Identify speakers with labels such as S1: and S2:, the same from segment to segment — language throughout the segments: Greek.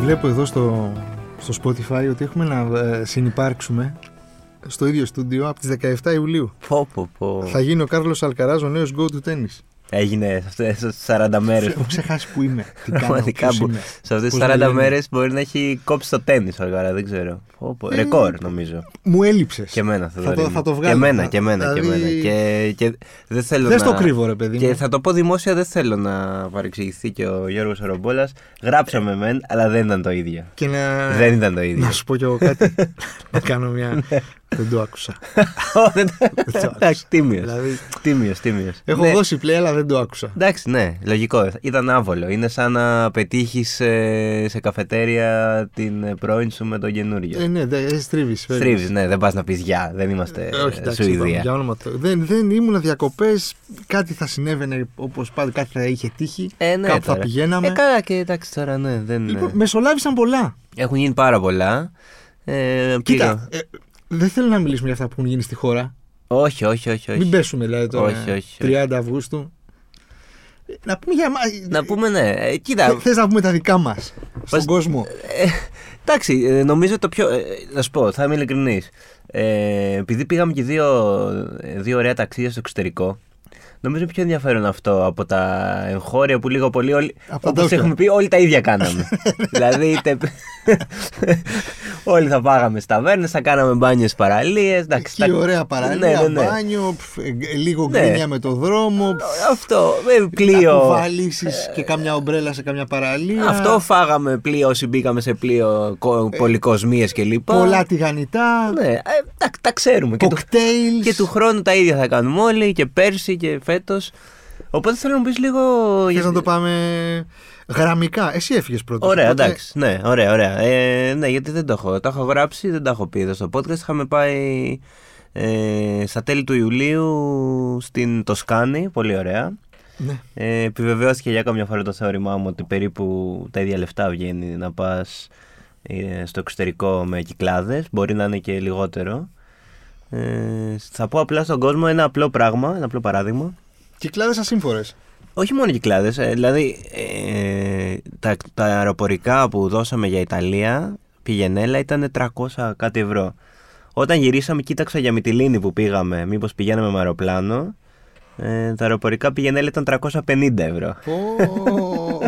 S1: Βλέπω εδώ στο, στο Spotify ότι έχουμε να ε, συνυπάρξουμε στο ίδιο στούντιο από τις 17 Ιουλίου.
S2: Πω, πω, πω.
S1: Θα γίνει ο Κάρλος Αλκαράζ ο νέος go του τέννις.
S2: Έγινε σε αυτές τις 40 μέρες.
S1: Έχω ξεχάσει που είμαι. Τι κάνω,
S2: Πραγματικά
S1: ποιος
S2: που-
S1: είμαι.
S2: σε αυτές τις
S1: Πώς με
S2: 40
S1: λένε.
S2: μέρες μπορεί να έχει κόψει το τέννις ο Αλκαρά, δεν ξέρω. Πω, πω. Ρεκόρ νομίζω.
S1: Μου έλειψες.
S2: Και εμένα θα,
S1: το, Ε, θα το βγάλω.
S2: Και εμένα,
S1: Θα-
S2: και εμένα, και
S1: δηλαδή,
S2: εμένα. Και, και δεν θέλω
S1: Δεν
S2: να...
S1: στο κρύβω, ρε παιδί
S2: Και
S1: μου.
S2: θα το πω δημόσια, δεν θέλω να παρεξηγηθεί και ο Γιώργος Ρομπόλας. Γράψαμε μεν, αλλά δεν ήταν το ίδιο.
S1: Και να...
S2: Δεν ήταν το ίδιο.
S1: Ε. Να σου πω κι εγώ κάτι. να κάνω μια. Δεν το άκουσα.
S2: Ω, δεν-
S1: άκουσα.
S2: Εντάξει, τίμιος.
S1: δηλαδή,
S2: Τίμιος, τίμιος.
S1: έχω
S2: Ναι.
S1: δώσει play, αλλά δεν το άκουσα.
S2: Εντάξει, ναι, λογικό. Ήταν άβολο. Είναι σαν να πετύχεις σε καφετέρια την ε, πρώην σου με τον
S1: Ε,
S2: καινούριο.
S1: ναι, δε- στρίβει.
S2: Στρίβεις, ναι, δεν πας να πεις γεια. Δεν είμαστε
S1: Ε, όχι,
S2: ε,
S1: εντάξει, είπαμε, για
S2: Σουηδία.
S1: όνομα του. Δεν, δεν ήμουν διακοπές. Κάτι θα συνέβαινε όπως πάντα, κάτι θα είχε τύχει.
S2: Ε, ναι,
S1: κάπου θα
S2: τώρα.
S1: πηγαίναμε.
S2: Ε, καλά, και εντάξει τώρα, ναι. Δεν,
S1: Λοιπόν, μεσολάβησαν πολλά.
S2: Έχουν γίνει πάρα πολλά. Ε, πήγα-
S1: Κοίτα, ε, δεν θέλω να μιλήσουμε για αυτά που έχουν γίνει στη χώρα.
S2: Όχι, όχι, όχι. όχι.
S1: Μην πέσουμε, δηλαδή τώρα.
S2: Όχι, όχι, όχι.
S1: 30 Αυγούστου. Ε, Να πούμε για εμά.
S2: Να πούμε, ναι. Ε, κοίτα,
S1: Θε να πούμε τα δικά μας στον
S2: Πώς-
S1: κόσμο.
S2: Ε, εντάξει, ε, νομίζω το πιο. ε, να σου πω, θα είμαι ειλικρινής. Ε, επειδή πήγαμε και δύο, ε, δύο ωραία ταξίδια στο εξωτερικό, νομίζω είναι πιο ενδιαφέρον αυτό από τα εγχώρια που λίγο πολύ. Όλοι,
S1: Από τα
S2: όπως
S1: ντόπια.
S2: έχουμε πει, όλοι τα ίδια κάναμε. δηλαδή, είτε, όλοι θα πάγαμε στα βέρνε, θα κάναμε μπάνιες παραλίες. Εντάξει,
S1: Εκεί
S2: τα-
S1: ωραία παραλία,
S2: Ναι, ναι, ναι.
S1: μπάνιο, πφ, ε, ε, λίγο
S2: Ναι.
S1: γκρίνια με το δρόμο. πφ,
S2: Αυτό, ε,
S1: Να
S2: πλοίο.
S1: κουβαλήσεις και κάμια ομπρέλα σε κάμια παραλία.
S2: Αυτό φάγαμε πλοίο όσοι μπήκαμε σε πλοίο, κο- πολυκοσμίες κλπ.
S1: Ε, Πολλά τηγανιτά,
S2: Ναι, ε, τα, τα ξέρουμε. Και του,
S1: κοκτέιλ.
S2: και του χρόνου τα ίδια θα κάνουμε όλοι και πέρσι και φέτος. Οπότε θέλω να μου πεις λίγο.
S1: Θες να το πάμε γραμμικά. Εσύ έφυγες πρώτος.
S2: Ωραία,
S1: οπότε
S2: εντάξει. Ναι, ωραία, ωραία. Ε, ναι, γιατί δεν το έχω. Τα έχω γράψει, δεν τα έχω πει εδώ στο podcast. Είχαμε πάει ε, στα τέλη του Ιουλίου στην Τοσκάνη. Πολύ ωραία.
S1: Ναι.
S2: Ε, επιβεβαιώθηκε για καμιά φορά το θεώρημά μου ότι περίπου τα ίδια λεφτά βγαίνει να πας στο εξωτερικό με κυκλάδες. Μπορεί να είναι και λιγότερο. Ε, θα πω απλά στον κόσμο ένα απλό πράγμα, ένα απλό παράδειγμα.
S1: Κυκλάδες ασύμφορες.
S2: Όχι μόνο κυκλάδες, δηλαδή ε, τα, τα αεροπορικά που δώσαμε για Ιταλία, πηγενέλα, ήταν 300 κάτι ευρώ. Όταν γυρίσαμε, κοίταξα για Μυτιλίνη που πήγαμε, μήπως πηγαίναμε με αεροπλάνο. Ε, τα αεροπορικά πηγενέλα ήταν 350 ευρώ.
S1: Πω.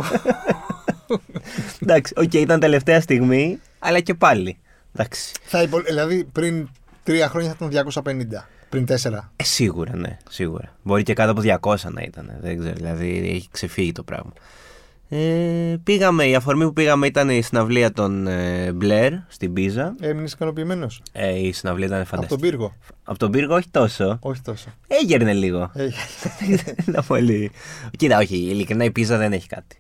S2: Εντάξει, οκ, ήταν τελευταία στιγμή, αλλά και πάλι. Εντάξει.
S1: Θα υπο- Δηλαδή πριν τρία χρόνια θα ήταν 250. Πριν τέσσερα.
S2: Ε, σίγουρα, ναι, σίγουρα. Μπορεί και κάτω από 200 να ήταν. Δεν ξέρω, δηλαδή έχει ξεφύγει το πράγμα. Ε, πήγαμε, η αφορμή που πήγαμε ήταν η συναυλία των ε, Μπλερ στην Πίζα.
S1: Έμεινες ικανοποιημένος.
S2: Ε, η συναυλία ήταν
S1: Από
S2: φανταστική.
S1: τον πύργο.
S2: Από τον πύργο, όχι τόσο.
S1: Όχι τόσο.
S2: Έγερνε λίγο.
S1: Ε,
S2: Ήταν πολύ. Κοίτα, όχι, ειλικρινά η Πίζα δεν έχει κάτι.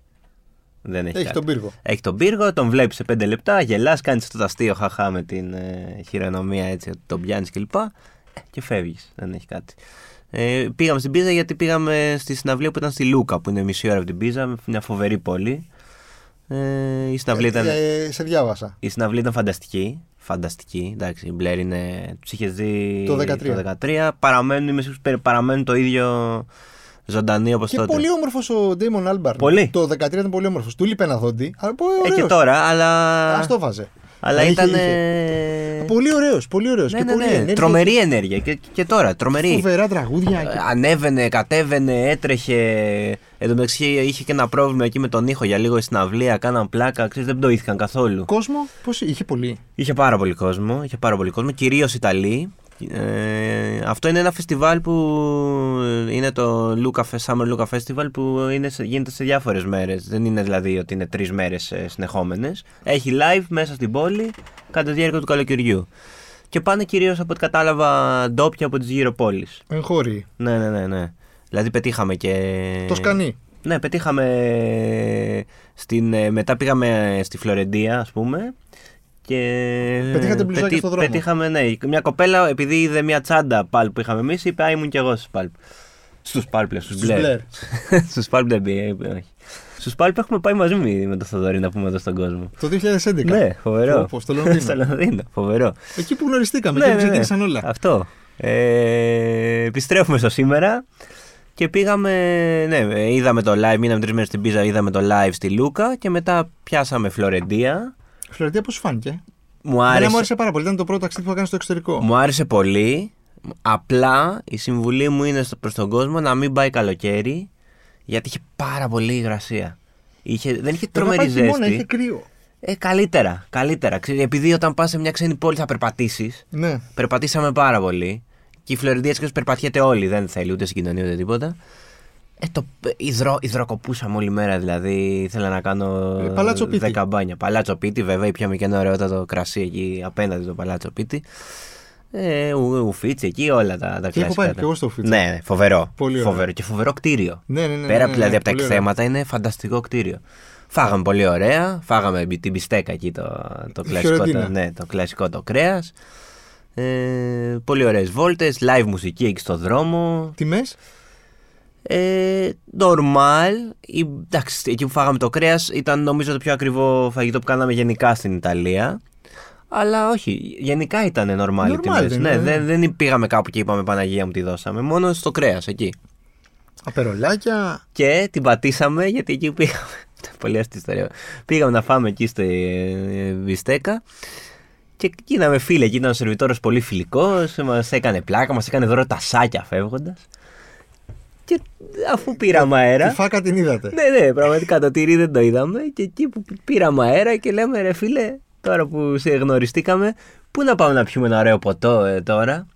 S2: Δεν έχει,
S1: Έχει
S2: κάτι.
S1: τον πύργο.
S2: Έχει τον πύργο, τον βλέπεις σε 5 λεπτά, γελάς, κάνεις αυτό το αστείο χαχά με την ε, χειρονομία έτσι, ότι τον πιάνεις κλπ. Και, και φεύγεις. Δεν έχει κάτι. Ε, πήγαμε στην Πίζα γιατί πήγαμε στη συναυλία που ήταν στη Λούκα, που είναι μισή ώρα από την Πίζα, μια φοβερή πόλη. Ε, η, συναυλία ήταν,
S1: Ε, σε διάβασα.
S2: η συναυλία ήταν φανταστική. Φανταστική, εντάξει, η Μπλερ είναι. Τους είχες δει
S1: Το 13.
S2: το 13. Παραμένουν, είμαι σίγουρος, περι- παραμένουν το ίδιο ζωντανή όπως
S1: Και
S2: τότε.
S1: πολύ όμορφος ο Ντέιμον Άλμπαρν.
S2: Πολύ.
S1: Το 13 ήταν πολύ όμορφος. Του λείπει ένα δόντι. Αλλά πολύ
S2: Ε,
S1: ωραίο.
S2: και τώρα, αλλά.
S1: Ας το βάζε. Ε,
S2: Αλλά
S1: Είχε-
S2: ήταν.
S1: είχε. Πολύ ωραίος, πολύ ωραίος.
S2: Ναι, ναι, ναι. Τρομερή ενέργεια. Και, και τώρα, τρομερή.
S1: Φοβερά τραγούδια.
S2: Ε,
S1: και-
S2: Ανέβαινε, κατέβαινε, έτρεχε. Εν τω μεταξύ είχε και ένα πρόβλημα εκεί με τον ήχο για λίγο στην αυλία. Κάναν πλάκα, ξέρεις, δεν πτωήθηκαν καθόλου.
S1: Κόσμο, πώς είχε πολύ.
S2: Είχε πάρα πολύ κόσμο, είχε πάρα πολύ κόσμο, κυρίως Ιταλοί. Ε, αυτό είναι ένα φεστιβάλ που είναι το Luca Fe- Summer Luca Festival που είναι, σε- γίνεται σε διάφορες μέρες Δεν είναι δηλαδή ότι είναι τρεις μέρες ε, συνεχόμενες Έχει live μέσα στην πόλη κατά τη διάρκεια του καλοκαιριού Και πάνε κυρίως από ό,τι κατάλαβα ντόπια από τις γύρω πόλεις
S1: Εγχώριοι.
S2: Ναι, ναι, ναι, ναι Δηλαδή πετύχαμε και...
S1: Το σκανί.
S2: Ναι, πετύχαμε. Στην, ε, μετά πήγαμε στη Φλωρεντία, ας πούμε. Και
S1: Πετύχατε μπλουζάκια
S2: πετύ-
S1: στο δρόμο.
S2: Πετύχαμε, ναι. Μια κοπέλα, επειδή είδε μια τσάντα πάλ που είχαμε εμείς, είπε Α, ήμουν κι εγώ στους πάλπ. Στους πάλπ, λέω, στους
S1: Στους μπλερ.
S2: μπλερ. Στους πάλπ δεν πει, ε, όχι. Στους πάλπ έχουμε πάει μαζί με με τον Θοδωρή να πούμε εδώ στον κόσμο.
S1: Το 2011.
S2: Ναι, φοβερό.
S1: Όπως, στο Λονδίνο.
S2: στο Λονδίνο, φοβερό.
S1: Εκεί που γνωριστήκαμε
S2: Ναι,
S1: και
S2: ναι, ναι.
S1: ξεκίνησαν όλα.
S2: Αυτό. Ε, επιστρέφουμε στο σήμερα. Και πήγαμε, ναι, είδαμε το live, μείναμε τρεις μέρες στην Πίζα, είδαμε το live στη Λούκα και μετά πιάσαμε Φλωρεντία.
S1: Φλωρεντία, πώ φάνηκε.
S2: Μου
S1: Εμένα
S2: άρεσε,
S1: μου άρεσε πάρα πολύ. Ήταν το πρώτο ταξίδι που έκανα στο εξωτερικό.
S2: μου άρεσε πολύ. Απλά η συμβουλή μου είναι προς τον κόσμο να μην πάει καλοκαίρι γιατί είχε πάρα πολύ υγρασία. Είχε, δεν είχε
S1: Πρέπει να
S2: τρομερή
S1: πάει χειμώνα,
S2: ζέστη.
S1: είχε κρύο.
S2: Ε, καλύτερα, καλύτερα. Ξέρεις, επειδή όταν πας σε μια ξένη πόλη θα περπατήσεις.
S1: Ναι.
S2: Περπατήσαμε πάρα πολύ. Και η Φλωρεντία έτσι κι αλλιώς περπατιέται όλοι, δεν θέλει ούτε συγκοινωνία ούτε τίποτα. Ε, το, υδρο, υδροκοπούσαμε όλη μέρα, δηλαδή ήθελα να κάνω
S1: Ε, Παλάτσο Πίτη.
S2: δέκα μπάνια. Παλάτσο Πίτη, βέβαια, ή πιάμε και ένα ωραιότατο κρασί εκεί απέναντι στο Παλάτσο Πίτη. Ε, ου- ουφίτσι εκεί, όλα τα, τα
S1: Και έχω
S2: κλασικά
S1: πάει
S2: τα-
S1: και εγώ στο Ουφίτσι.
S2: Ναι, ναι, φοβερό.
S1: Πολύ ωραίο.
S2: φοβερό. Και φοβερό κτίριο.
S1: Ναι, ναι, ναι,
S2: Πέρα
S1: ναι, ναι,
S2: δηλαδή
S1: ναι,
S2: από τα
S1: πολύ
S2: εκθέματα είναι φανταστικό κτίριο. Φάγαμε πολύ ωραία. Φάγαμε μπι- την πιστέκα εκεί το, το
S1: Τη
S2: κλασικό, το,
S1: Φιωρεντίνα.
S2: ναι, το κλασικό το κρέας. Ε, πολύ ωραίες βόλτες. Live μουσική εκεί στο δρόμο.
S1: Τιμές.
S2: Ε, normal. Ε, Εντάξει, εκεί που φάγαμε το κρέας ήταν νομίζω το πιο ακριβό φαγητό που κάναμε γενικά στην Ιταλία. Αλλά όχι, γενικά ήταν normal, οι
S1: Normal
S2: τιμές.
S1: δεν
S2: ναι,
S1: είναι, ναι.
S2: δεν, δεν πήγαμε κάπου και είπαμε Παναγία μου τη δώσαμε. Μόνο στο κρέας εκεί.
S1: Απερολάκια.
S2: Και την πατήσαμε γιατί εκεί πήγαμε. Ήταν Πολύ αστή ιστορία. Πήγαμε να φάμε εκεί στη ε, Μπιστέκα. Και εκεί είδαμε φίλε, εκεί ήταν ο σερβιτόρος πολύ φιλικός. Μας έκανε πλάκα, μας έκανε δώρο τασάκια φεύγοντας. Και αφού πήραμε αέρα.
S1: Τη φάκα την είδατε.
S2: Ναι, ναι, πραγματικά το τυρί δεν το είδαμε. Και εκεί που πήραμε αέρα και λέμε, ρε φίλε, τώρα που σε γνωριστήκαμε, πού να πάμε να πιούμε ένα ωραίο ποτό ε, τώρα.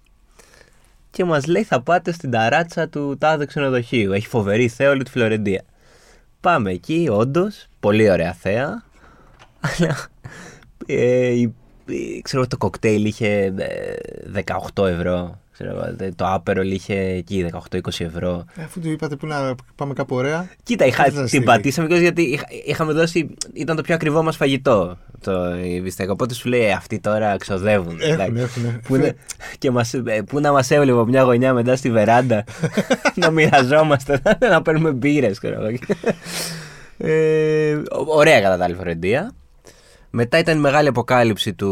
S2: Και μας λέει, θα πάτε στην ταράτσα του τάδε ξενοδοχείου. Έχει φοβερή θέα όλη τη Φλωρεντία. Πάμε εκεί, όντως, πολύ ωραία θέα. Αλλά ε, η- η- ξέρω, το κοκτέιλ είχε ε, 18 ευρώ. Ξέρω, εγώ, ε, το άπερολ είχε εκεί 18-20 ευρώ.
S1: Ε, Αφού του είπατε που να πάμε κάπου ωραία.
S2: Κοίτα, είχα,
S1: Αυτή ήταν η
S2: την
S1: στιγμή.
S2: πατήσαμε κιόλας γιατί είχα- είχαμε δώσει. ήταν το πιο ακριβό μας φαγητό το η Βιστέκα. Οπότε σου λέει «Ε, αυτοί τώρα ξοδεύουν.
S1: Έχουν,
S2: εντάξει».
S1: έχουν.
S2: Πού, είναι- και μας, ε, πού να μας έβλεπε από μια γωνιά μετά στη βεράντα να μοιραζόμαστε, να παίρνουμε μπύρες. ε, ω- ωραία κατά τα άλλη Φλωρεντία. Μετά ήταν η μεγάλη αποκάλυψη του,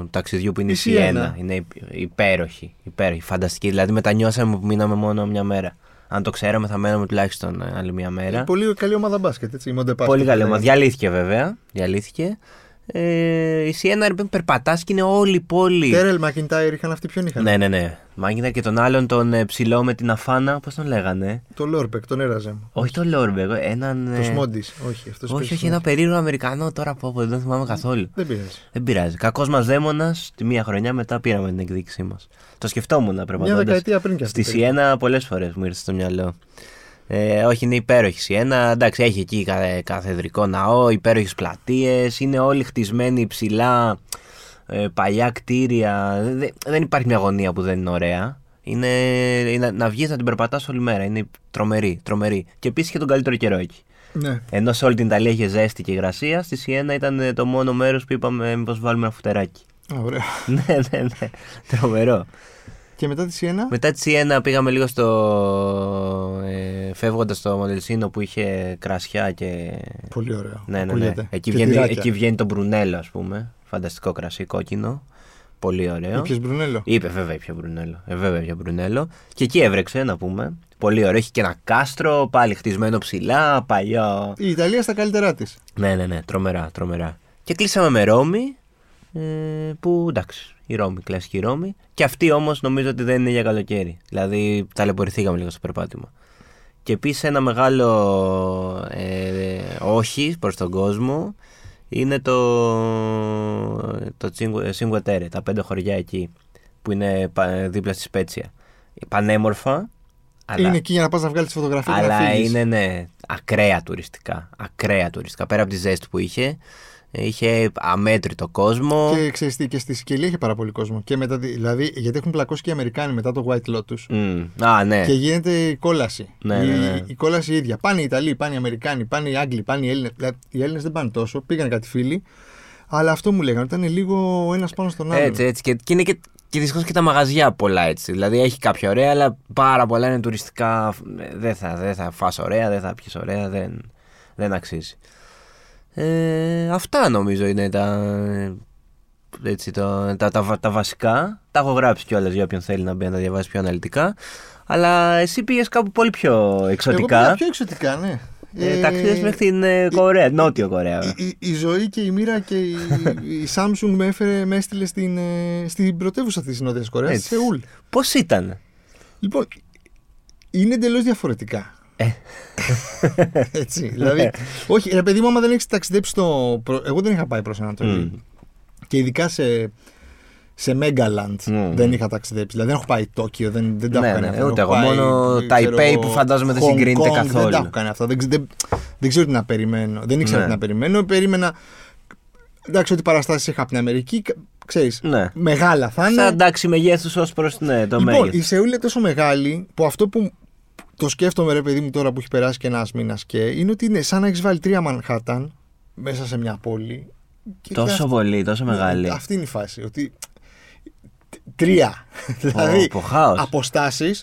S2: του ταξιδιού που είναι η
S1: Η Σιένα.
S2: Σιένα. Είναι υ- υπέροχη, υπέροχη, φανταστική. Δηλαδή μετανιώσαμε που μείναμε μόνο μια μέρα. Αν το ξέραμε θα μέναμε τουλάχιστον ε, άλλη μια μέρα.
S1: Πολύ ε. καλή ομάδα μπάσκετ, έτσι. Η Monte Paschi.
S2: Πολύ καλή ομάδα. Διαλύθηκε βέβαια. Διαλύθηκε. Ε, η Σιένα περπατάς και είναι όλη η πόλη.
S1: Τέρελ Μακιντάιρ είχαν αυτοί ποιον είχαν.
S2: Ναι, ναι, ναι. Μάγκιντα και τον άλλον τον ε, ψηλό με την αφάνα, πώς τον λέγανε.
S1: Το Λόρπεκ, τον έραζε μου.
S2: Όχι τον Λόρμπεγ, έναν. ε,
S1: Το Σμόντις. Όχι, αυτός
S2: όχι, όχι, ένα περίεργο Αμερικανό τώρα από όπου δεν θυμάμαι καθόλου.
S1: Δεν πειράζει.
S2: Δεν πειράζει. Κακός μα δαίμονα, τη μία χρονιά μετά πήραμε την εκδίκησή μας. Το σκεφτόμουν περπατώντας.
S1: δεκαετία πριν κι αυτή
S2: Στη Σιένα πολλές φορές μου ήρθε στο μυαλό. Ε, όχι, είναι υπέροχη η Σιένα. Εντάξει, έχει εκεί κα- καθεδρικό ναό, υπέροχες πλατείες. Είναι όλοι χτισμένοι υψηλά, ε, παλιά κτίρια. Δε- δεν υπάρχει μια γωνία που δεν είναι ωραία. Είναι, είναι- να βγεις να την περπατάς όλη μέρα. Είναι τρομερή, τρομερή. Και επίσης είχε τον καλύτερο καιρό εκεί.
S1: Ναι.
S2: Ενώ σε όλη την Ιταλία είχε ζέστη και υγρασία, στη Σιένα ήταν ε, το μόνο μέρος που είπαμε μήπω βάλουμε ένα φουτεράκι.
S1: Α, ωραία.
S2: ναι, ναι, ναι. Τρομερό.
S1: Και μετά τη Σιένα.
S2: Μετά τη Σιένα πήγαμε λίγο στο. Ε, φεύγοντας στο Μοντελσίνο που είχε κρασιά και.
S1: Πολύ ωραίο.
S2: Ναι, ναι, ναι.
S1: Ακούγεται.
S2: Εκεί
S1: Και
S2: βγαίνει,
S1: τυράκια.
S2: εκεί βγαίνει το Μπρουνέλο, ας πούμε. Φανταστικό κρασί κόκκινο. Πολύ ωραίο.
S1: Ήπιες Μπρουνέλο.
S2: Είπε βέβαια πια Μπρουνέλο. Ε, βέβαια πια Μπρουνέλο. Και εκεί έβρεξε, να πούμε. Πολύ ωραίο. Έχει και ένα κάστρο, πάλι χτισμένο ψηλά, παλιό.
S1: Η Ιταλία στα καλύτερά της.
S2: Ναι, ναι, ναι, τρομερά, τρομερά. Και κλείσαμε με Ρώμη, ε, που εντάξει, η Ρώμη, κλασική Ρώμη. Και αυτή όμως νομίζω ότι δεν είναι για καλοκαίρι. Δηλαδή ταλαιπωρηθήκαμε λίγο στο περπάτημα. Και επίσης ένα μεγάλο ε, όχι προς τον κόσμο είναι το, το Cinque- ε, Cinque Terre, τα πέντε χωριά εκεί που είναι πα- δίπλα στη Σπέτσια. Πανέμορφα, αλλά
S1: Είναι εκεί για να πας να βγάλεις τη φωτογραφία και να
S2: αλλά
S1: φύγεις.
S2: είναι, ναι, ακραία τουριστικά. Ακραία τουριστικά. Πέρα από τη ζέστη που είχε, είχε αμέτρητο κόσμο.
S1: Και ξέρεις τι, και στη Σικελία είχε πάρα πολύ κόσμο. Και μετά, τη- δηλαδή, γιατί έχουν πλακώσει και οι Αμερικάνοι μετά το White Lotus.
S2: Μμ, Α, ναι.
S1: Και γίνεται η κόλαση.
S2: Ναι,
S1: η,
S2: ναι, ναι.
S1: η κόλαση η ίδια. Πάνε οι Ιταλοί, πάνε οι Αμερικάνοι, πάνε οι Άγγλοι, πάνε οι Έλληνες. Δηλαδή, οι Έλληνες δεν πάνε τόσο, πήγαν κάτι φίλοι. Αλλά αυτό μου λέγανε, ήταν λίγο ο ένας πάνω στον άλλο.
S2: Έτσι, έτσι. Και, και είναι και, και δυστυχώς και τα μαγαζιά πολλά έτσι. Δηλαδή έχει κάποια ωραία, αλλά πάρα πολλά είναι τουριστικά. Ε, Δεν θα, δεν θα φας ωραία, δεν θα πιεις ωραία, δεν, δεν αξίζει. Ε, αυτά νομίζω είναι τα. έτσι, το, τα, τα, τα βασικά. Τα έχω γράψει κιόλας για όποιον θέλει να μπει να τα διαβάσει πιο αναλυτικά. Αλλά εσύ πήγες κάπου πολύ πιο εξωτικά.
S1: Εγώ πήγα πιο εξωτικά, ναι.
S2: Ε, ταξίδες μέχρι την ε, Κορέα, Νότιο Κορέα.
S1: Η, η, η ζωή και η μοίρα και η, η Samsung με έφερε, με έστειλε στην, ε, στην πρωτεύουσα της Νότιας Κορέας,
S2: Έτσι.
S1: στη Σεούλ.
S2: Πώς ήταν.
S1: Λοιπόν, είναι εντελώς διαφορετικά.
S2: Ε.
S1: Έτσι. Δηλαδή, όχι, ρε παιδί μου, άμα δεν έχεις ταξιδέψει στο. προ- Εγώ δεν είχα πάει προς Ανατολή.
S2: Mm.
S1: Και ειδικά σε, σε Μέγκαλαντ
S2: Μμμ.
S1: δεν είχα ταξιδέψει. Δηλαδή δεν έχω πάει Τόκιο, δεν, δεν τα
S2: Ναι,
S1: έχω κάνει
S2: ναι,
S1: αυτά.
S2: ούτε
S1: έχω
S2: εγώ.
S1: πάει,
S2: Μόνο
S1: δεν ξέρω,
S2: Ταϊπέι που φαντάζομαι δεν
S1: Hong
S2: συγκρίνεται
S1: Kong, Δεν τα
S2: καθόλου.
S1: έχω κάνει αυτά. Δεν, ξε- δεν, δεν ξέρω τι να περιμένω. Δεν ήξερα
S2: Ναι.
S1: τι να περιμένω. Περίμενα. Εντάξει, ότι παραστάσεις είχα από την Αμερική. Ξέρεις.
S2: Ναι.
S1: Μεγάλα θα είναι.
S2: Σαν εντάξει μεγέθους ως προς ναι, το
S1: Λοιπόν,
S2: μέγεθος.
S1: η Σεούλ είναι τόσο μεγάλη που αυτό που το σκέφτομαι, ρε παιδί μου, τώρα που έχει περάσει και ένας μήνας και είναι ότι είναι σαν να έχεις βάλει τρία Μανχάταν μέσα σε μια πόλη. Και Ναι,
S2: Τόσο
S1: αυτή-
S2: πολύ, τόσο μεγάλη.
S1: Αυτή είναι η φάση. Ότι. τ- Τρία. δηλαδή,
S2: πω, χάος.
S1: αποστάσεις.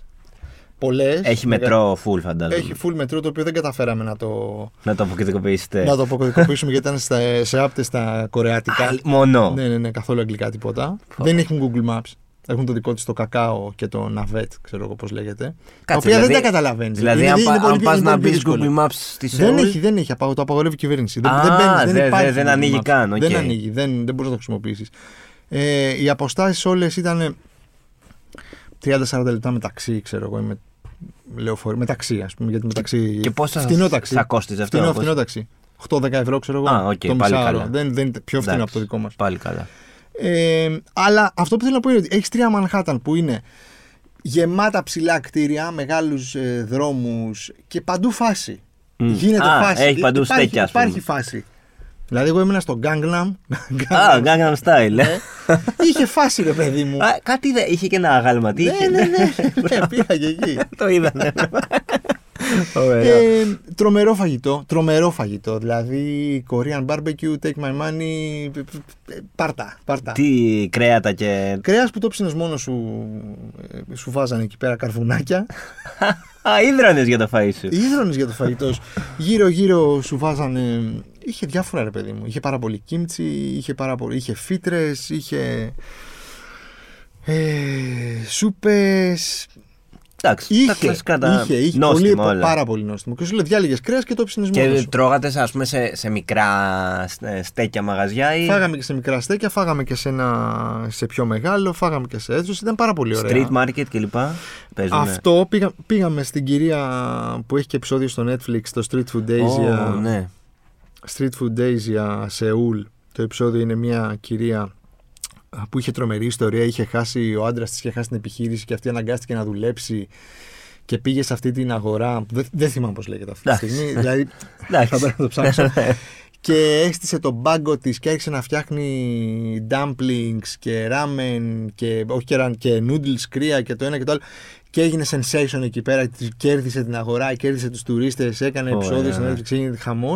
S1: Πολλές.
S2: Έχει μετρό δηλαδή. full φαντάζομαι.
S1: Έχει full μετρό το οποίο δεν καταφέραμε να το,
S2: Να το αποκριτικοποιήσετε.
S1: να το αποκωδικοποιήσουμε γιατί ήταν στα, σε άπτες στα κορεάτικα.
S2: Α, Μόνο.
S1: Ναι, ναι, ναι, καθόλου αγγλικά τίποτα. Δεν έχουν Google Maps. Έχουν το δικό του το κακάο και το Navet, ξέρω εγώ πώς λέγεται. τα οποία δεν τα καταλαβαίνεις.
S2: Δηλαδή, αν, πα- αν πα να μπει Google Maps στη
S1: Δεν
S2: Σεούλ,
S1: έχει, δεν έχει. απα- Το απαγορεύει η κυβέρνηση. Δεν,
S2: Α,
S1: δεν, μπαίνεις, δεν,
S2: δεν-
S1: υπάρχει
S2: δεν
S1: Google
S2: ανοίγει
S1: Maps.
S2: καν, οκ.
S1: Δεν ανοίγει, δεν, δεν μπορείς να το χρησιμοποιήσεις. Ε, οι αποστάσεις όλες ήταν 30-40 λεπτά μεταξύ, ξέρω εγώ, ή με, λεωφορείο. Μεταξύ, ας πούμε. Γιατί μεταξύ.
S2: Και πόσα
S1: φτηνό ταξί.
S2: θα κόστιζε αυτό.
S1: Φτηνό,
S2: πώς-
S1: φτηνό ταξί. 8-10 ευρώ, ξέρω εγώ.
S2: Α, οκ,
S1: το
S2: πάλι
S1: μισάωρο.
S2: καλά.
S1: Δεν, δεν, είναι πιο φθηνό από το
S2: Εντάξει.
S1: δικό μας.
S2: Πάλι καλά.
S1: Ε, αλλά αυτό που θέλω να πω είναι ότι έχεις τρία Manhattan που είναι γεμάτα ψηλά κτίρια, μεγάλους ε, δρόμους και παντού φάση.
S2: Μμ.
S1: Γίνεται
S2: Α,
S1: φάση.
S2: έχει παντού
S1: υπάρχει,
S2: στέκια, ας πούμε.
S1: Υπάρχει φάση. Δηλαδή, εγώ ήμουν στο Gangnam.
S2: Α, Gangnam Style. ε.
S1: Είχε φάση, ρε παιδί μου.
S2: Α, Κάτι είδα- είχε και ένα αγάλμα. Τι
S1: ναι,
S2: είχε.
S1: ναι, ναι. ναι, πήγα και εκεί.
S2: Το είδα. ναι. Ωραίο.
S1: Ε, τρομερό φαγητό, τρομερό φαγητό. Δηλαδή, Korean barbecue, take my money. ε, Πάρτα, πάρτα.
S2: Τι κρέατα και.
S1: Κρέας που το ψήνες μόνος σου, ε, σου βάζανε εκεί πέρα καρβουνάκια.
S2: Α, ίδρανες για το φαΐ σου.
S1: Ήδρωνε για το φαγητό. σου. Γύρω-γύρω σου βάζανε. Είχε διάφορα ρε παιδί μου. Είχε πάρα πολύ κίμτσι, είχε, πάρα πολύ... είχε φίτρες, είχε. Ε, Σούπες.
S2: Εντάξει, τα
S1: Είχε,
S2: κλασικά τα
S1: είχε, είχε πολύ,
S2: νόστιμα όλα.
S1: πάρα πολύ νόστιμο. Και σου λέει διάλεγες κρέας και το ψήνε μόνο.
S2: Και
S1: Σου.
S2: τρώγατες, ας πούμε, σε, σε μικρά ε, στέκια μαγαζιά ή
S1: Φάγαμε και σε μικρά στέκια, φάγαμε και σε, ένα, σε πιο μεγάλο, φάγαμε και σε έτζο. Ήταν πάρα πολύ ωραία.
S2: street market κλπ. Παίζουνε.
S1: Αυτό πήγα, πήγαμε στην κυρία που έχει και επεισόδιο στο Netflix, το Street Food Asia.
S2: Ω, ναι.
S1: Street Food Days για Σεούλ. Το επεισόδιο είναι μια κυρία α, που είχε τρομερή ιστορία. Είχε χάσει, ο άντρας της είχε χάσει την επιχείρηση και αυτή αναγκάστηκε να δουλέψει και πήγε σε αυτή την αγορά. που Δεν, δεν θυμάμαι πώς λέγεται αυτή τη
S2: Εντάξει.
S1: στιγμή. δηλαδή,
S2: Εντάξει.
S1: θα πρέπει να το ψάξω.
S2: Ναι.
S1: και έστησε τον πάγκο της και άρχισε να φτιάχνει dumplings και ramen και, όχι και, ram- και noodles κρύα και το ένα και το άλλο. Και έγινε sensation εκεί πέρα. της- Κέρδισε την αγορά, κέρδισε τους τουρίστες, έκανε
S2: Ωραία,
S1: επεισόδιο στην
S2: ναι.
S1: Netflix, έγινε χαμό.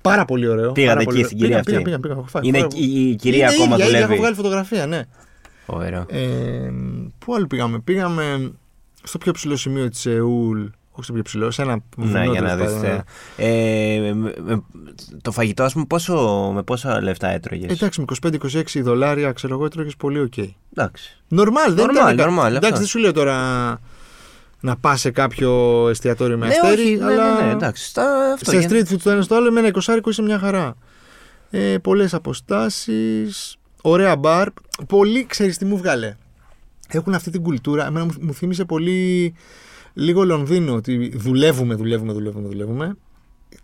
S1: Πάρα πολύ ωραίο.
S2: Πήγατε
S1: πάρα
S2: εκεί
S1: πολύ
S2: στην
S1: ωραίο.
S2: κυρία
S1: Πήγα, Πήγα,
S2: αυτή.
S1: πήγα, πήγα, έχω φάει.
S2: Είναι
S1: Πάρα
S2: η-
S1: πολύ.
S2: η- η κυρία
S1: Είναι
S2: ακόμα
S1: ίδια, ίδια,
S2: δουλεύει.
S1: Έχω βγάλει φωτογραφία, ναι.
S2: Ωραίο.
S1: Ε, πού άλλο πήγαμε. Πήγαμε στο πιο ψηλό σημείο της Σεούλ. Όχι στο πιο ψηλό, σε ένα βουνό,
S2: Ναι, για
S1: τέλος
S2: να δεις.
S1: πάντων,
S2: ε.
S1: ναι.
S2: Ε, με- με- το φαγητό, ας πούμε, πόσο, με πόσα λεφτά έτρωγες.
S1: Εντάξει, με 25-26 δολάρια, ξέρω εγώ, έτρωγες πολύ οκ.
S2: Εντάξει.
S1: Νορμάλ, δεν
S2: Normal,
S1: ήταν. κα-
S2: normal, αυτό.
S1: Εντάξει, δεν σου λέω τώρα να πας σε κάποιο εστιατόριο με
S2: Ναι,
S1: αστέρι.
S2: όχι, ναι,
S1: αλλά...
S2: ναι, ναι, εντάξει. Στα, αυτό
S1: σε
S2: για-
S1: street food το ένας στο άλλο, με ένα εικοσάρικο είσαι μια χαρά. Ε, Πολλές αποστάσεις, ωραία μπαρ. Πολύ ξέρεις τι μου βγάλε. Έχουν αυτή την κουλτούρα. Εμένα μου, μου θύμισε πολύ λίγο Λονδίνο ότι δουλεύουμε, δουλεύουμε, δουλεύουμε, δουλεύουμε.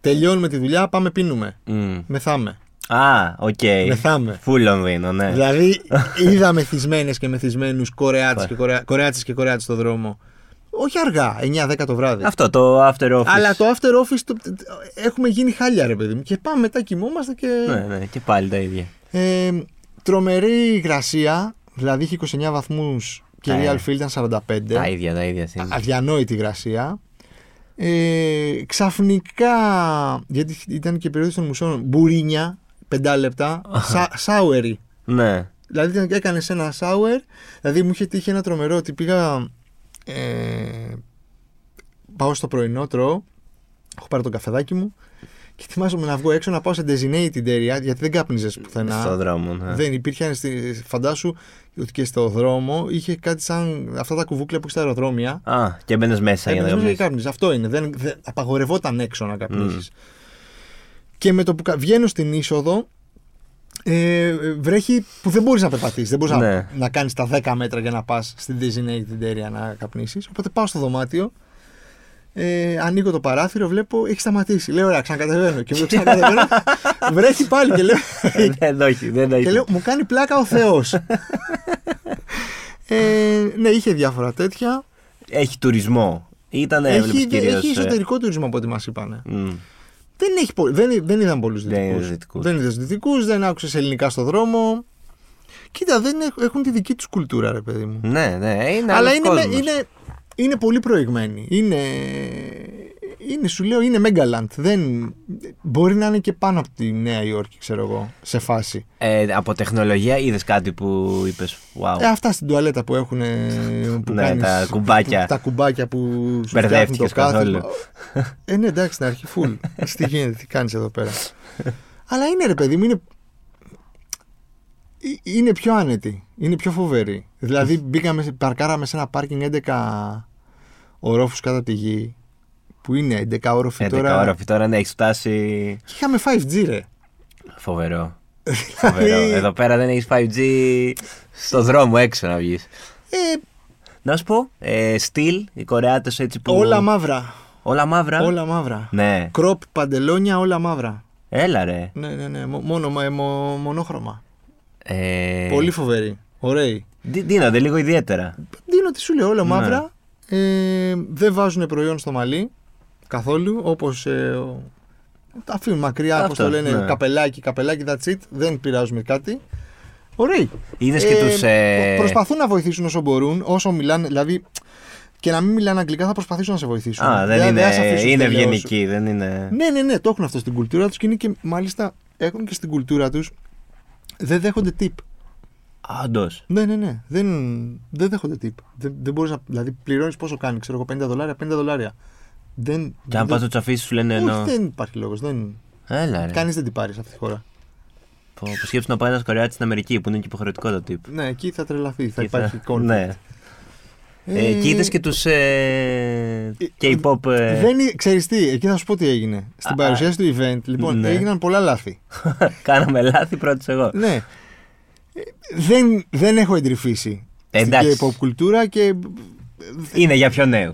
S1: Τελειώνουμε τη δουλειά, πάμε πίνουμε.
S2: Μμ.
S1: Μεθάμε.
S2: Α, οκ.
S1: Ναι, Μεθάμε.
S2: Φουλ Λονδίνο, ναι.
S1: Δηλαδή, είδα μεθυσμένες και μεθυσμένους Κορεάτες
S2: Ναι.
S1: και, Κορεα... Κορεάτες και Κορεάτες στον δρόμο. Όχι αργά, 9-10 το βράδυ.
S2: Αυτό το after office.
S1: Αλλά το after office το, τ- τ- έχουμε γίνει χάλια, ρε παιδί μου. Και πάμε μετά κοιμόμαστε και.
S2: Ναι, ναι, και πάλι τα ίδια.
S1: Ε, τρομερή υγρασία, δηλαδή είχε 29 βαθμούς και η
S2: Ε.
S1: Real Field ήταν 45.
S2: Τα ίδια, τα ίδια. συνήθως.
S1: Αδιανόητη υγρασία. Ε, ξαφνικά, γιατί ήταν και η περίοδο των μουσών, μπουρίνια, 5 λεπτά, σα, σάουερι.
S2: Ναι.
S1: Δηλαδή ήταν- έκανε ένα shower. Δηλαδή μου είχε τύχει ένα τρομερό ότι πήγα. Ε, πάω στο πρωινό, τρώω. Έχω πάρει το καφεδάκι μου Και θυμάσαι να βγω έξω να πάω σε designated area, γιατί δεν κάπνιζες πουθενά.
S2: Στον δρόμο, ναι.
S1: Δεν υπήρχε αναισθη- Φαντάσου ότι και στο δρόμο είχε κάτι σαν αυτά τα κουβούκλια που έχεις στα αεροδρόμια.
S2: Α, και μπαίνε μέσα για
S1: Έπαιρνες
S2: να
S1: μέσα και
S2: καπνίσεις.
S1: κάπνιζες. Αυτό Ε, είναι. Δεν, δεν- απαγορευόταν έξω να καπνίσεις. Και με το που κα- βγαίνω στην είσοδο, ε, ε, βρέχει που δεν μπορείς να περπατήσεις. Δεν μπορείς
S2: Ναι.
S1: να, να κάνεις τα 10 μέτρα για να πας στην designated area να καπνίσεις. Οπότε πάω στο δωμάτιο. Ε, ανοίγω το παράθυρο, βλέπω έχει σταματήσει. Λέω, ωραία, ξανακατεβαίνω. Και μου ξανακατεβαίνω. βρέχει πάλι και λέω,
S2: Ε, δεν όχι, δεν
S1: και λέω,
S2: όχι.
S1: μου κάνει πλάκα ο Θεός. ε, ναι, είχε διάφορα τέτοια.
S2: Έχει τουρισμό. Ήταν, έβλεπες
S1: έχει,
S2: κυρίως...
S1: έχει
S2: ε,
S1: εσωτερικό τουρισμό από ό,τι μας είπανε.
S2: μ.
S1: Δεν, έχει, πο- δεν, δεν είδαν πολλούς
S2: Δεν είδες
S1: δυτικούς.
S2: δυτικούς.
S1: Δεν είδες δυτικούς, δεν άκουσες ελληνικά στο δρόμο. Κοίτα, δεν έχ- έχουν τη δική τους κουλτούρα, ρε παιδί μου.
S2: Ναι, ναι, είναι
S1: Αλλά
S2: άλλος
S1: είναι, με-
S2: κόσμος.
S1: είναι, είναι πολύ προηγμένοι. Είναι, είναι, σου λέω, είναι Μέγκαλαντ. Δεν, μπορεί να είναι και πάνω από τη Νέα Υόρκη, ξέρω εγώ, σε φάση.
S2: Ε, από τεχνολογία είδες κάτι που είπες. Wow.
S1: Ε, αυτά στην τουαλέτα που έχουν. ε, Που
S2: Ναι,
S1: κάνεις,
S2: τα κουμπάκια.
S1: που- τα κουμπάκια που σου
S2: Μπερδεύτηκες
S1: φτιάχνουν το κάθισμα.
S2: καθόλου.
S1: Ε, ναι, εντάξει, στην αρχή φουλ. τι γίνεται, τι κάνεις εδώ πέρα. Αλλά είναι ρε παιδί μου, είναι. ε, Είναι πιο άνετη. Είναι πιο φοβερή. Δηλαδή, μπήκαμε, σε- παρκάραμε σε ένα πάρκινγκ 11 ορόφου κατά τη γη. Που είναι 11 όροφοι
S2: 11
S1: τώρα.
S2: ώρα τώρα ναι, έχεις φτάσει.
S1: Και είχαμε 5G, ρε. Δηλαδή,
S2: Φοβερό. Φοβερό.
S1: Ε.
S2: Εδώ πέρα δεν έχεις 5G στο δρόμο έξω να βγεις.
S1: Ε,
S2: Να σου πω, ε, στυλ, οι Κορεάτες έτσι που.
S1: όλα μαύρα.
S2: Όλα μαύρα.
S1: Όλα μαύρα.
S2: Ναι.
S1: Κροπ, παντελόνια, όλα μαύρα.
S2: Έλα ρε.
S1: Ναι, ναι, ναι. Μο- Μόνο μο- μο- μονόχρωμα.
S2: Ε,
S1: Πολύ φοβερή. Ωραίοι.
S2: δι- Δίνονται λίγο ιδιαίτερα.
S1: Δίνω τι σου λέω, όλα
S2: Ναι.
S1: μαύρα. Ε, δεν βάζουν προϊόν στο μαλλί καθόλου. Όπως. Ε, ο- τα αφήνουν μακριά, όπως
S2: Αυτό,
S1: το λένε.
S2: ναι.
S1: Καπελάκι, καπελάκι, that's it. Δεν πειράζουμε κάτι. Ωραίοι.
S2: Είδες και τους. Ε,
S1: προ- Προσπαθούν να βοηθήσουν όσο μπορούν, όσο μιλάνε. Δηλαδή. Και να μην μιλάνε αγγλικά, θα προσπαθήσουν να σε βοηθήσουν.
S2: Α, δεν
S1: Δηλαδή, ας
S2: είναι.
S1: αφήσουν
S2: Είναι
S1: τελείως.
S2: ευγενικοί, δεν είναι.
S1: Ναι, ναι, ναι, το έχουν αυτό στην κουλτούρα τους και είναι και μάλιστα έχουν και στην κουλτούρα τους. Δεν δέχονται tip.
S2: Όντως.
S1: Ναι, ναι, ναι. Δεν, δεν δέχονται tip. Δεν, δεν μπορείς να. Δηλαδή, πληρώνεις πόσο κάνει, ξέρω εγώ, 50 δολάρια, 50 δολάρια. Δεν.
S2: Και
S1: δεν-
S2: αν πα το τσαφίσει, σου λένε
S1: Όχι,
S2: ενώ.
S1: δεν υπάρχει λόγος. Δεν...
S2: Έλα ρε.
S1: Κανείς δεν την πάρει σε αυτή τη χώρα.
S2: Πω, πω, Σκέψου να πάει ένας Κορεάτης στην Αμερική που είναι και υποχρεωτικό το τύπο.
S1: Ναι, εκεί θα τρελαθεί. Θα
S2: Και θα-
S1: υπάρχει κόλπο.
S2: Ναι. Ε, και είδες και τους ε, K-pop. ε,
S1: Δεν... είναι- Ξέρεις τι, εκεί θα σου πω τι έγινε. Στην
S2: Α,
S1: παρουσίαση του event, λοιπόν,
S2: ναι.
S1: έγιναν πολλά λάθη.
S2: Κάναμε λάθη πρώτος εγώ.
S1: ναι. Ε, Δεν, δεν έχω εντρυφήσει
S2: Εντάξει.
S1: στην K-pop κουλτούρα και
S2: Είναι για πιο νέους.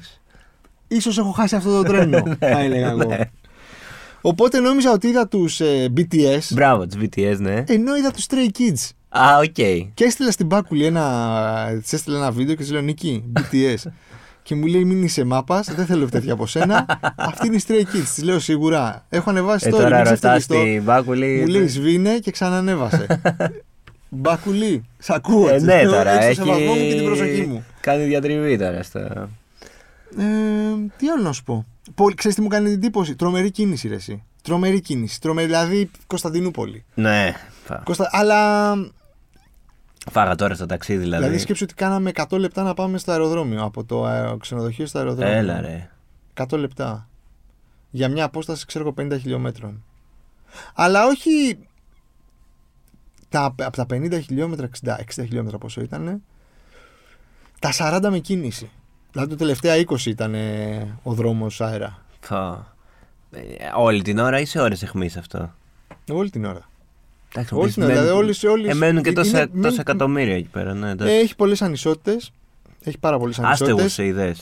S1: ίσως έχω χάσει αυτό το
S2: Ναι,
S1: τρένο, θα έλεγα εγώ. Οπότε νόμιζα ότι είδα τους ε, BTS,
S2: Μπράβο, τους BTS, ναι.
S1: ενώ είδα τους Stray Kids.
S2: Α, οκ. Ε,
S1: Και έστειλα στην Πάκουλη ένα, της έστειλα ένα βίντεο και της λέω Νίκη, BTS. και μου λέει μην είσαι μάπας, δεν θέλω τέτοια από σένα. Αυτή είναι η Stray Kids, της λέω σίγουρα. Έχω ανεβάσει
S2: Ε,
S1: story,
S2: τώρα
S1: μην
S2: ρωτάς
S1: ξεφτυλιστώ.
S2: την Μπάκουλη.
S1: Μου λέει σβήνε και ξανανέβασε. Μπακουλή, σ' ακούω.
S2: Ε,
S1: έτσι.
S2: ναι,
S1: Θέλω
S2: τώρα
S1: έτσι το
S2: έχει.
S1: σεβασμό μου και την προσοχή μου.
S2: Κάνει διατριβή τώρα στο.
S1: Ε, τι άλλο να σου πω. Πολύ, ξέρεις τι μου κάνει εντύπωση. Τρομερή κίνηση, ρε, εσύ. Τρομερή κίνηση. Τρομερή, δηλαδή Κωνσταντινούπολη.
S2: Ναι. φα-
S1: Κωνστα... Αλλά.
S2: Φάγα τώρα στο ταξίδι, δηλαδή.
S1: Δηλαδή, σκέψου ότι κάναμε 100 λεπτά να πάμε στο αεροδρόμιο. Από το αερο- ξενοδοχείο στο αεροδρόμιο.
S2: Έλα, ρε.
S1: 100 λεπτά. Για μια απόσταση, ξέρω εγώ, 50 χιλιόμετρων. Αλλά όχι. Τα, από τα 50 χιλιόμετρα, 60, 60 χιλιόμετρα πόσο ήταν, τα 40 με κίνηση. Δηλαδή το τελευταία 20 ήταν ε, ο δρόμος αέρα.
S2: Φα. Ε, Όλη την ώρα ή σε ώρες εχμής αυτό.
S1: Όλη την ώρα.
S2: Εντάξει,
S1: Όλη την ώρα,
S2: μου πεις, μένουν-
S1: δηλαδή, όλες- όλες-
S2: ε, μένουν και
S1: είναι-
S2: τόσα,
S1: μένουν-
S2: τόσα εκατομμύρια εκεί πέρα. Ναι,
S1: Ε, έχει πολλές ανισότητες. Έχει πάρα πολλές
S2: Άστεγου
S1: ανισότητε.
S2: σε ιδέε.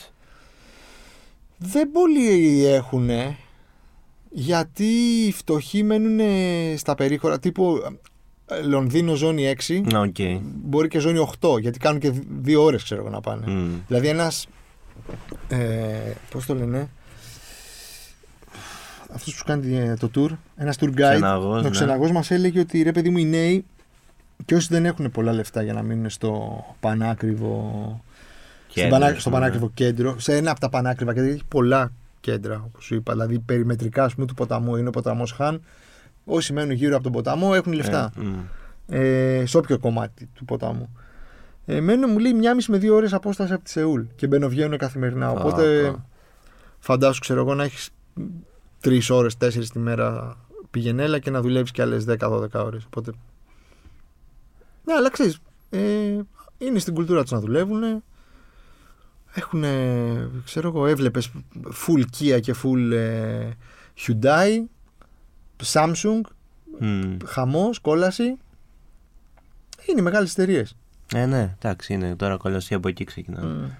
S1: Δεν πολλοί έχουν. Γιατί οι φτωχοί μένουν στα περίχωρα. Τύπου ε, Λονδίνο, ζώνη 6.
S2: Οκ.
S1: μπορεί και ζώνη 8, γιατί κάνουν και δύ- δύο ώρες, ξέρω εγώ να πάνε.
S2: Μμ.
S1: Δηλαδή ένας. Ε, Πώς το λένε. Αυτός που σου κάνει ε, το tour, ένας tour guide.
S2: Ξεναγός,
S1: ο
S2: ναι.
S1: ξεναγός μας έλεγε ότι ρε παιδί μου οι νέοι και όσοι δεν έχουν πολλά λεφτά για να μείνουν στο πανάκριβο. στην
S2: Κέντρο,
S1: πανά-
S2: ας
S1: στο
S2: πούμε. ναι.
S1: πανάκριβο κέντρο, σε ένα από τα πανάκριβα κέντρα, έχει πολλά κέντρα, όπως σου είπα. Δηλαδή περιμετρικά, ας πούμε, του ποταμού είναι ο ποταμός Χαν. Όσοι μένουν γύρω από τον ποταμό έχουν λεφτά
S2: Ε, μμ.
S1: ε, σε όποιο κομμάτι του ποτάμου. Ε, μένω μου λέει μία μισή με δύο ώρες απόσταση από τη Σεούλ και μπαίνω βγαίνω καθημερινά.
S2: Α,
S1: Οπότε
S2: α.
S1: φαντάσου, ξέρω εγώ, να έχεις τρεις ώρες, τέσσερις τη μέρα πηγενέλα και να δουλεύει κι άλλες 10-12 ώρες. Οπότε. Ναι, αλλά ξέρεις. Ε, είναι στην κουλτούρα τους να δουλεύουν. Έχουν, ξέρω εγώ, έβλεπες full Kia και full ε, Hyundai, Samsung,
S2: Μμμ.
S1: χαμός, κόλαση. Είναι μεγάλες εταιρείες.
S2: Ε, ναι, εντάξει, είναι τώρα κολοσσία από εκεί ξεκινάμε.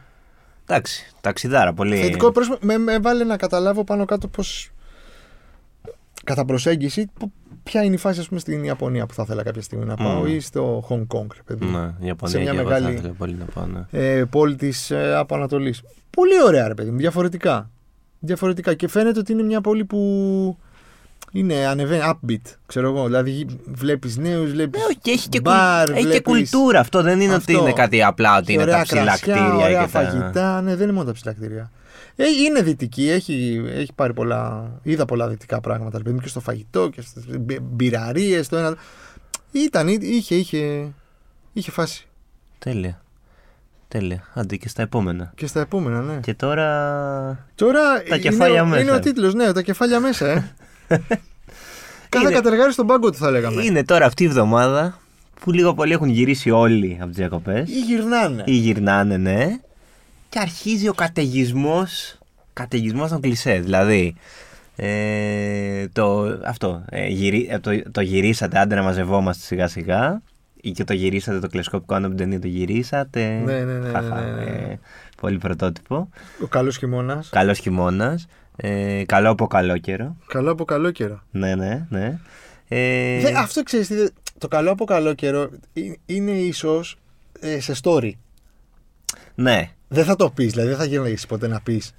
S2: Εντάξει, ταξιδάρα πολύ.
S1: Θετικό πρόσωπο. Με, με έβαλε να καταλάβω πάνω κάτω πώς. Κατά προσέγγιση, πο- ποια είναι η φάση, ας πούμε, στην Ιαπωνία που θα ήθελα κάποια στιγμή να πάω
S2: Μμμ.
S1: ή στο Hong Kong, ρε παιδί.
S2: Mm. Ναι, η Ιαπωνία
S1: Σε μια
S2: και εγώ
S1: μεγάλη-
S2: θα ήθελα πολύ να πάω, ναι.
S1: Ε, πόλη της ε, Από Ανατολή. Πολύ ωραία, ρε παιδί μου, διαφορετικά. Διαφορετικά. Και φαίνεται ότι είναι μια πόλη που είναι ανεβαίνει, upbeat, ξέρω εγώ. Δηλαδή βλέπεις νέους, βλέπεις.
S2: Ναι, όχι, έχει και, κουλ-
S1: μπαρ,
S2: έχει και
S1: βλέπεις-
S2: κουλτούρα αυτό. Δεν είναι ότι
S1: Αυτό.
S2: είναι κάτι απλά ότι είναι τα
S1: ωραία
S2: ψηλά
S1: κρασιά,
S2: κτίρια
S1: ωραία
S2: και τα.
S1: φαγητά. Ναι, δεν είναι μόνο τα ψηλά κτίρια. Ε, είναι δυτική, έχει, έχει πάρει πολλά. Είδα πολλά δυτικά πράγματα. ρε παιδί μου, και στο φαγητό και στι μπειραρίες, το ένα. Ήταν, εί- είχε, είχε, είχε φάση.
S2: Τέλεια. Τέλεια. Άντε και στα επόμενα.
S1: Και στα επόμενα, ναι.
S2: Και τώρα.
S1: Τώρα
S2: Τα
S1: είναι,
S2: κεφάλια
S1: ο-
S2: μέσα.
S1: είναι ο τίτλος, ναι, τα κεφάλια μέσα, ε. Κάθε
S2: Είναι-
S1: κατεργάρι στον πάγκο του θα λέγαμε.
S2: Είναι τώρα αυτή η εβδομάδα που λίγο πολύ έχουν γυρίσει όλοι από τις διακοπές.
S1: Ή γυρνάνε.
S2: Ή γυρνάνε, ναι. Και αρχίζει ο καταιγισμός. Καταιγισμός των κλισέ. Δηλαδή. ε, το, αυτό. ε, γυρί- ε, το, το γυρίσατε, άντε να μαζευόμαστε σιγά σιγά. Ή και το γυρίσατε, το κλεσκόπικο άνω από την ταινία το γυρίσατε.
S1: Ναι, ναι, ναι,
S2: Χαχα,
S1: ναι, ναι, ναι.
S2: ε, πολύ πρωτότυπο.
S1: Ο καλός χειμώνας.
S2: Καλός χειμώνας. Ε, καλό από καλό καιρό.
S1: Καλό από καλό καιρό.
S2: Ναι, ναι, ναι. Ε,
S1: Δε- αυτό ξέρεις τι, δε- το καλό από καλό καιρό ε, είναι ίσως ε, σε story.
S2: ναι.
S1: Δεν θα το πεις, δηλαδή δεν θα γυρνήσεις ποτέ να πεις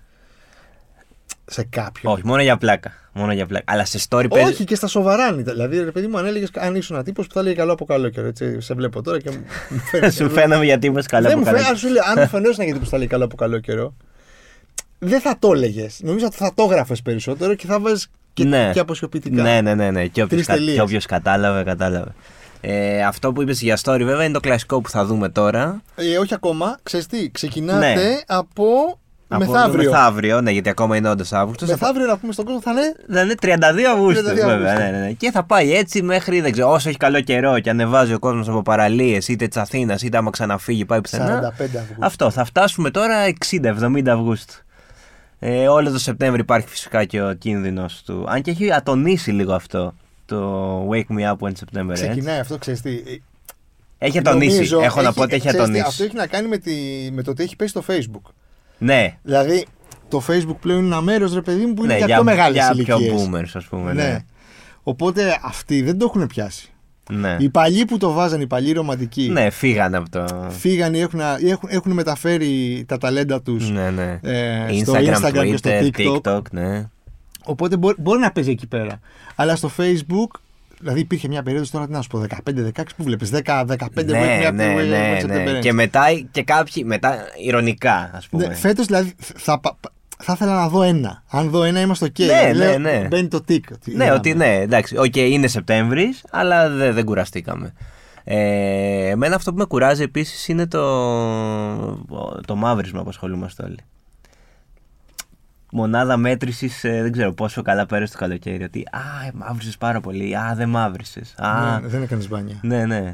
S1: σε κάποιον.
S2: Όχι, μόνο για πλάκα. Μόνο για πλάκα. Αλλά σε story
S1: Όχι,
S2: παίζει.
S1: και στα σοβαρά. είναι. Δηλαδή, ρε παιδί μου, αν έλεγες αν ήσουν ένα τύπος που θα λέει καλό από καλό καιρό. Έτσι, σε βλέπω τώρα και μου φαίνεται.
S2: Σου φαίνομαι γιατί είμαι καλά
S1: ε, δεν
S2: από
S1: μου
S2: καλά.
S1: φαίνεται. Αν σου λέω, αν μου φαινόσουν γιατί που θα λέει καλό από καλό καιρό, δεν θα το έλεγες. Νομίζω ότι θα το γράφες περισσότερο και θα βάζεις και,
S2: ναι.
S1: και αποσιοποιητικά.
S2: Ναι, ναι, ναι. ναι. Και όποιος,
S1: Τρεις
S2: κα,
S1: τελείες.
S2: και όποιος κατάλαβε, κατάλαβε. Ε, αυτό που είπες για story βέβαια είναι το κλασικό που θα δούμε τώρα.
S1: Ε, όχι ακόμα. Ξέρεις τι, ξεκινάτε
S2: Ναι.
S1: από,
S2: Από
S1: μεθαύριο.
S2: Μεθαύριο, ναι, γιατί ακόμα είναι όντως Αύγουστος. Θα-
S1: Μεθαύριο να πούμε στον κόσμο θα είναι.
S2: Θα είναι 32 Αυγούστου.
S1: 32
S2: βέβαια,
S1: Αυγούστου.
S2: ναι, ναι, ναι. Και θα πάει έτσι μέχρι δεν ξέρω, όσο έχει καλό καιρό και ανεβάζει ο κόσμος από παραλίες, είτε της Αθήνας, είτε άμα ξαναφύγει, πάει πουθενά.
S1: 45 Αυγούστου.
S2: Αυτό. Θα φτάσουμε τώρα 60-70 Αυγούστου. Ε, όλο το Σεπτέμβριο υπάρχει φυσικά και ο κίνδυνος του. Αν και έχει ατονίσει λίγο αυτό το Wake Me Up When September. Ends.
S1: Ξεκινάει αυτό, ξέρεις τι. ε,
S2: Έχει ατονίσει.
S1: νομίζω,
S2: Έχω να πω ότι έχει
S1: ξέρεις τι,
S2: ατονίσει.
S1: Αυτό έχει να κάνει με, τη, με το ότι έχει πέσει το Facebook.
S2: Ναι,
S1: Δηλαδή, το Facebook πλέον είναι ένα μέρος, ρε παιδί μου, που είναι
S2: ναι,
S1: για, πιο μεγάλες
S2: για πιο
S1: ηλικίε.
S2: boomers, ας πούμε.
S1: Ναι.
S2: Ναι.
S1: Οπότε αυτοί δεν το έχουν πιάσει.
S2: Ναι.
S1: Οι παλιοί που το βάζαν, οι παλιοί ρομαντικοί,
S2: ναι, φύγανε από το.
S1: φύγανε ή έχουν, ή έχουν, έχουν μεταφέρει τα ταλέντα τους.
S2: Ναι, ναι.
S1: ε, στο Instagram και στο TikTok.
S2: ναι.
S1: Οπότε μπορεί, μπορεί να παίζει εκεί πέρα. Αλλά στο Facebook. Δηλαδή υπήρχε μια περίοδος τώρα, τι να σου πω, 15-16 που βλέπεις, 10-15
S2: ναι, ναι, ναι, ναι. Και μετά και κάποιοι, μετά ηρωνικά, ας πούμε.
S1: Ναι, Φέτος δηλαδή θα, πα- πα- θα ήθελα να δω ένα. Αν δω ένα, είμαστε οκ.
S2: Ναι,
S1: Δηλαδή,
S2: ναι,
S1: λέω,
S2: ναι.
S1: Μπαίνει το τικ.
S2: ναι, ότι ναι, εντάξει. Οκ, είναι Σεπτέμβρης, αλλά δεν, δεν κουραστήκαμε. Ε, εμένα αυτό που με κουράζει επίσης είναι το, το μαύρισμα που ασχολούμαστε όλοι. Μονάδα μέτρησης, δεν ξέρω πόσο καλά πέρασε το καλοκαίρι. Ότι α, μαύρισες πάρα πολύ. Α, δεν μαύρισες. Α,
S1: Ναι, δεν έκανες μπάνια.
S2: ναι, ναι.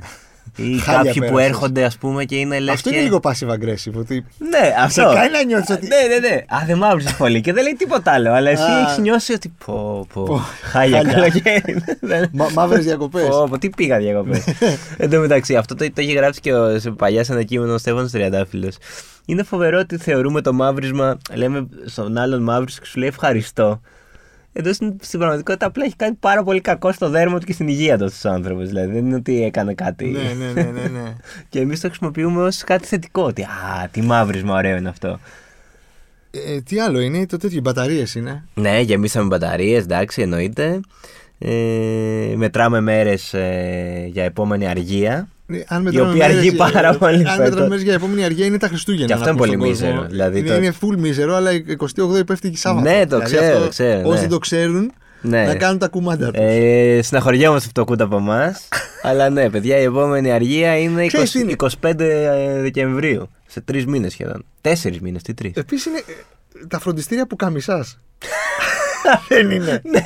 S2: Ή
S1: Χάλια
S2: κάποιοι που
S1: πέρασες.
S2: έρχονται, ας πούμε, και είναι λες.
S1: Αυτό είναι λίγο passive aggressive. Ότι
S2: Ναι,
S1: σε
S2: αυτό.
S1: κάνει να νιώθεις ότι.
S2: Ναι, ναι, ναι. Α, δεν μ' άρεσε πολύ και δεν λέει τίποτα άλλο. Αλλά εσύ
S1: Α.
S2: έχεις νιώσει ότι. Πω, πω.
S1: Πω,
S2: Χάλια
S1: χάλια.
S2: καλοκαίρι. Δεν-
S1: Μα, Μαύρες διακοπές.
S2: ναι. Πω, πω, τι πήγα διακοπές. Εν τω μεταξύ, αυτό το, το έχει γράψει και ο, σε παλιάς σε ένα κείμενο ο Στέφανος Τριαντάφυλλος. Είναι φοβερό ότι θεωρούμε το μαύρισμα, λέμε στον άλλον μαύρισμα και σου λέει ευχαριστώ. Εδώ στην, στην πραγματικότητα απλά έχει κάνει πάρα πολύ κακό στο δέρμα του και στην υγεία του αυτό ο άνθρωπος. Δηλαδή δεν είναι ότι έκανε κάτι.
S1: ναι, ναι, ναι, ναι, ναι.
S2: Και εμείς το χρησιμοποιούμε ως κάτι θετικό. Ότι α, τι μαύρισμα ωραίο είναι αυτό.
S1: Ε, τι άλλο είναι, το τέτοιο, οι μπαταρίες είναι.
S2: Ναι, γεμίσαμε μπαταρίες, εντάξει, εννοείται. Ε, μετράμε μέρες για επόμενη αργία.
S1: Ναι, Αν
S2: Η οποία αργεί
S1: μέρες-
S2: πάρα πολύ
S1: ε, Αν
S2: φέτος.
S1: μετράμε μέρες για επόμενη αργία είναι τα Χριστούγεννα.
S2: Και αυτό
S1: να
S2: είναι
S1: πούμε
S2: πολύ
S1: στον κόσμο.
S2: μίζερο, δηλαδή
S1: είναι,
S2: το-
S1: είναι full μίζερο, αλλά 28 πέφτει και Σάββατο. Δηλαδή
S2: Ναι, το ξέρω, το ξέρω,
S1: Όσοι
S2: ναι.
S1: δεν το ξέρουν,
S2: Ναι.
S1: να κάνουν τα κουμάντα τους.
S2: Ε, συναχωριόμαστε που το ακούτε από εμάς. αλλά ναι, παιδιά, η επόμενη αργία είναι,
S1: Ξέρεις
S2: 20
S1: τι είναι.
S2: 25 ε, Δεκεμβρίου. Σε τρεις μήνες σχεδόν. Τέσσερις μήνες, τι τρεις.
S1: Επίσης είναι ε, τα φροντιστήρια που καμισάς. Δεν είναι.
S2: ναι,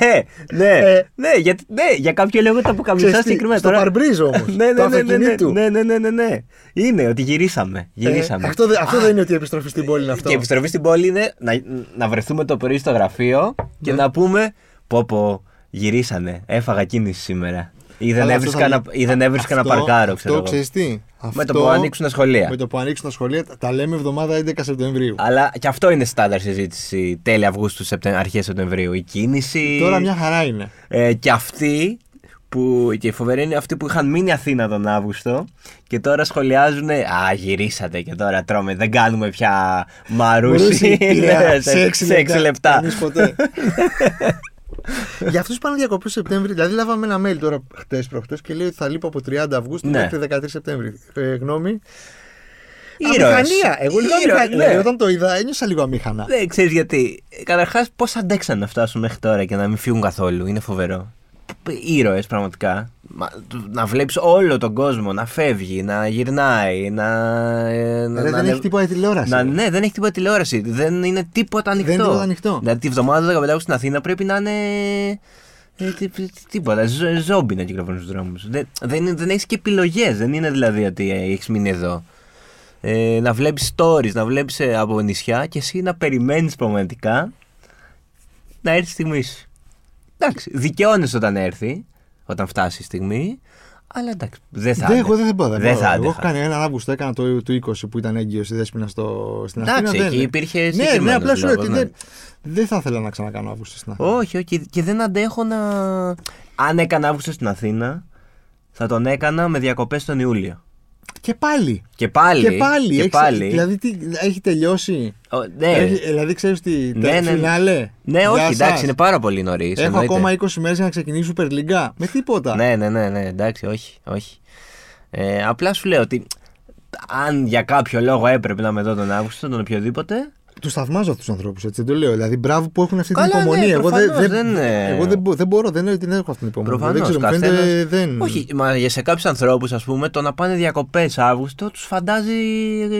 S2: ναι,
S1: Ε.
S2: ναι, γιατί, ναι, για κάποιο λόγο τα αποκαμισά
S1: Ξέρεις τι,
S2: συγκεκριμένα.
S1: στο παρμπρίζ όμως,
S2: ναι,
S1: του
S2: ναι, ναι, ναι, ναι,
S1: αυτοκινήτου.
S2: ναι, ναι, ναι, ναι, ναι. Είναι ότι γυρίσαμε. Γυρίσαμε.
S1: Ε, αυτό, δε- αυτό δεν είναι ότι η επιστροφή στην πόλη είναι αυτό.
S2: Και η επιστροφή στην πόλη είναι να, να βρεθούμε το πρωί στο γραφείο και
S1: Ναι.
S2: να πούμε Πω πω, γυρίσανε, έφαγα κίνηση σήμερα Ή δεν
S1: Αλλά
S2: έβρισκα,
S1: αυτό θα
S2: να, ή δεν έβρισκα
S1: Αυτό-
S2: να παρκάρω,
S1: Αυτό
S2: ξέρω εγώ.
S1: ξέρεις τι.
S2: Με το
S1: Αυτό-
S2: που ανοίξουν τα σχολεία.
S1: Με το που ανοίξουν τα σχολεία, τα- τα λέμε εβδομάδα 11 Σεπτεμβρίου.
S2: Αλλά και αυτό είναι στάνταρ συζήτηση τέλη Αυγούστου, Σεπτε... αρχές Σεπτεμβρίου. Η κίνηση.
S1: Τώρα μια χαρά είναι.
S2: Ε, και αυτοί που. και οι φοβεροί είναι αυτοί που είχαν μείνει Αθήνα τον Αύγουστο και τώρα σχολιάζουν. Α, γυρίσατε και τώρα τρώμε. Δεν κάνουμε πια μαρούσι. Ναι,
S1: Μαρούσι, Πειραιά, σε έξι
S2: σε έξι λεπτά.
S1: Εμείς ποτέ. Για αυτούς που πάνε διακοπές Σεπτέμβρη, δηλαδή λάβαμε ένα mail τώρα χτες προχτές και λέει ότι θα λείπω από 30 Αυγούστου
S2: Ναι.
S1: μέχρι 13 Σεπτέμβρη. Ε, γνώμη.
S2: Ήρωες.
S1: Αμηχανία. Εγώ λίγο
S2: Ήρωες,
S1: αμηχανία.
S2: ναι.
S1: Δηλαδή, Όταν το είδα, ένιωσα λίγο αμήχανα.
S2: Δεν ξέρεις γιατί. Καταρχάς, πώς αντέξαν να φτάσουν μέχρι τώρα και να μην φύγουν καθόλου. Είναι φοβερό. Ήρωες, πραγματικά. Μα, το- Να βλέπεις όλο τον κόσμο να φεύγει, να γυρνάει, να.
S1: Ρε,
S2: ε, να- να
S1: δεν
S2: ανεβ-
S1: έχει τίποτα τηλεόραση.
S2: να, ναι, δεν έχει τίποτα τηλεόραση. Δεν είναι τίποτα ανοιχτό.
S1: είναι τίποτα ανοιχτό.
S2: Δηλαδή τη βδομάδα του 15 Αυγούστου στην Αθήνα πρέπει να είναι. ε, τί- τί- Τίποτα. Ζ- Ζόμπι να κυκλοφορούν στους δρόμους. Δεν, δεν, δεν έχεις και επιλογές. Δεν είναι δηλαδή ότι έχεις μείνει εδώ. Ε, να βλέπεις stories, να βλέπεις από νησιά και εσύ να περιμένεις πραγματικά να έρθει η στιγμή σου. Εντάξει, δικαιώνεσαι όταν έρθει, όταν φτάσει η στιγμή, αλλά εντάξει, δεν
S1: Δεν,
S2: θα άντεχα.
S1: εγώ δεν θα πάω.
S2: Δεν θα
S1: Εγώ έχω
S2: άντεχα.
S1: κάνει έναν Αύγουστο, έκανα το, το 20 που ήταν έγκυος η Δέσποινα στο, στην Αθήνα.
S2: Εντάξει,
S1: δεν-
S2: εκεί υπήρχε
S1: Ναι, ναι,
S2: συγκεκριμένος
S1: απλά σου λέω
S2: λόγος,
S1: ότι
S2: ναι.
S1: δεν, δεν θα ήθελα να ξανακάνω Αύγουστο στην Αθήνα.
S2: Όχι, όχι. Και δεν αντέχω να. Αν έκανα Αύγουστο στην Αθήνα, θα τον έκανα με διακοπές τον Ιούλιο.
S1: Και πάλι.
S2: Και πάλι.
S1: Και πάλι.
S2: Και
S1: έχεις-
S2: πάλι.
S1: Δηλαδή, τι, έχει τελειώσει.
S2: Ο, ναι.
S1: Έχει- δηλαδή, ξέρεις τι.
S2: Ναι,
S1: τε-
S2: ναι, ναι.
S1: φινάλε.
S2: ναι,
S1: Γεια
S2: όχι,
S1: σας.
S2: εντάξει, είναι πάρα πολύ νωρίς.
S1: Έχω ακόμα 20 μέρες για να ξεκινήσω η Super League. Με τίποτα.
S2: Ναι, ναι, ναι, ναι, εντάξει, όχι. όχι. Ε, απλά σου λέω ότι αν για κάποιο λόγο έπρεπε να είμαι εδώ τον Αύγουστο, τον οποιοδήποτε.
S1: Τους θαυμάζω αυτούς τους ανθρώπους, έτσι δεν το λέω. Δηλαδή, μπράβο που έχουν αυτή την
S2: Καλά, ναι,
S1: υπομονή. εγώ δεν,
S2: προφανώς, δεν, ε,
S1: εγώ δεν, μπο- δεν μπορώ, δεν λέω ότι δεν έχω αυτή την υπομονή. δεν
S2: Προφανώς.
S1: ξέρω, μου φαίνεται. Δεν...
S2: Όχι, μα για σε κάποιους ανθρώπους, ας πούμε, το να πάνε διακοπές Αύγουστο τους φαντάζει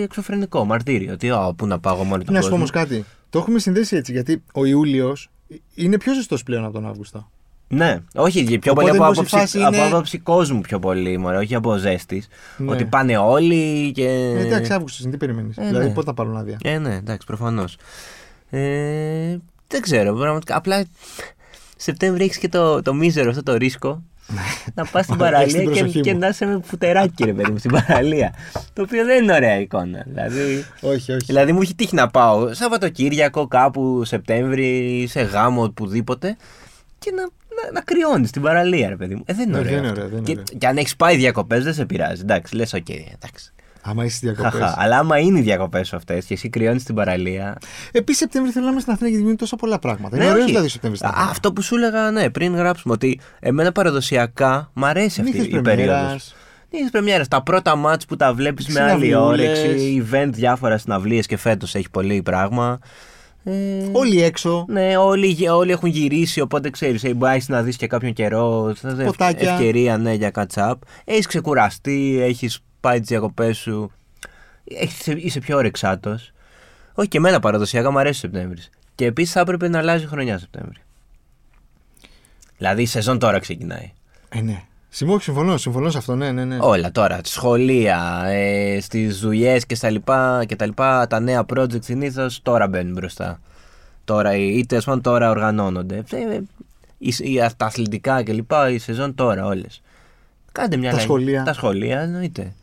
S2: εξωφρενικό, μαρτύριο. Ότι, «Α, πού να πάω εγώ μόνο τον
S1: Να σου πω
S2: κόσμο».
S1: όμως κάτι. Το έχουμε συνδέσει έτσι, γιατί ο Ιούλιος είναι πιο ζεστός πλέον από τον Αύγουστο.
S2: Ναι, όχι για πιο
S1: Οπότε
S2: πολύ από
S1: μήπως η
S2: άποψη,
S1: φάση
S2: από
S1: είναι-
S2: άποψη κόσμου πιο πολύ, μωρέ, όχι από ζέστης.
S1: Ναι.
S2: Ότι πάνε όλοι και.
S1: Ε, εντάξει, Αύγουστος είναι, τι περιμένεις.
S2: ε,
S1: δηλαδή,
S2: ναι.
S1: πότε θα πάρουν άδεια.
S2: Ε, ναι, εντάξει, προφανώς. Ε, δεν ξέρω, πραγματικά. Απλά Σεπτέμβρη έχεις και το, το μίζερο αυτό το ρίσκο. να πας στην
S1: Μα, Ναι. έχεις
S2: παραλία
S1: την
S2: και,
S1: προσοχή
S2: και
S1: μου.
S2: να είσαι με φουτεράκι, ρε παιδί μου, στην παραλία. το οποίο δεν είναι ωραία εικόνα. Δηλαδή,
S1: Όχι, όχι.
S2: Δηλαδή μου έχει τύχει να πάω Σαββατοκύριακο κάπου Σεπτέμβρη σε γάμο οπουδήποτε και να, να, να κρυώνεις στην παραλία, ρε παιδί μου. Ε, δεν
S1: Ναι,
S2: είναι ωραίο.
S1: δεν είναι
S2: αυτό.
S1: ωραίο, δεν είναι
S2: και,
S1: ωραίο.
S2: και αν έχεις πάει διακοπές, δεν σε πειράζει. Εντάξει, λες, οκ, εντάξει.
S1: Άμα είσαι στι
S2: Χαχα.
S1: διακοπές.
S2: Αλλά άμα είναι οι διακοπές σου αυτές και εσύ κρυώνεις στην παραλία.
S1: Επίσης, Σεπτέμβρη θέλω να είμαι στην Αθήνα γιατί γίνονται τόσα πολλά πράγματα. είναι
S2: Ναι,
S1: ωραίος
S2: όχι.
S1: δηλαδή ο Σεπτέμβρης. στην
S2: Α,
S1: Αθήνα.
S2: Αυτό που σου έλεγα, ναι, πριν γράψουμε, ότι εμένα παραδοσιακά μ' αρέσει αυτή
S1: Νύχτες
S2: η περίοδος.
S1: πρεμιέρας.
S2: Νύχτες πρεμιέρας, τα πρώτα μάτς που τα βλέπεις με άλλη
S1: Συναυλιούλες.
S2: όρεξη, event διάφορα συναυλίες και φέτος έχει πολύ πράγμα. Ε,
S1: Όλοι έξω.
S2: Ναι, όλοι, όλοι έχουν γυρίσει, οπότε ξέρεις, ε, μπορείς να δεις και κάποιον καιρό. θα δεις ευ-
S1: Ποτάκια.
S2: Ευκαιρία, ναι, για catch-up. Έχεις ξεκουραστεί, έχεις πάει τις διακοπές σου. Έχεις, είσαι πιο όρεξάτο. Όχι, και εμένα παραδοσιακά μου αρέσει ο Σεπτέμβρης. Και επίσης θα έπρεπε να αλλάζει η χρονιά Σεπτέμβρη. Δηλαδή η σεζόν τώρα ξεκινάει.
S1: Ε, ναι. Συμμώ- συμφωνώ, συμφωνώ σε αυτό, ναι, ναι, ναι.
S2: Όλα τώρα, σχολεία, ε, στις δουλειές και στα λοιπά, και τα λοιπά, τα νέα project συνήθως τώρα μπαίνουν μπροστά. Τώρα, ή ή τέλο πάντων τώρα οργανώνονται. Ε, ε, η- η- τα αθλητικά και λοιπά, η σεζόν τώρα όλες. Κάντε μια
S1: Τα
S2: αλλαγή.
S1: σχολεία.
S2: Τα σχολεία, εννοείται.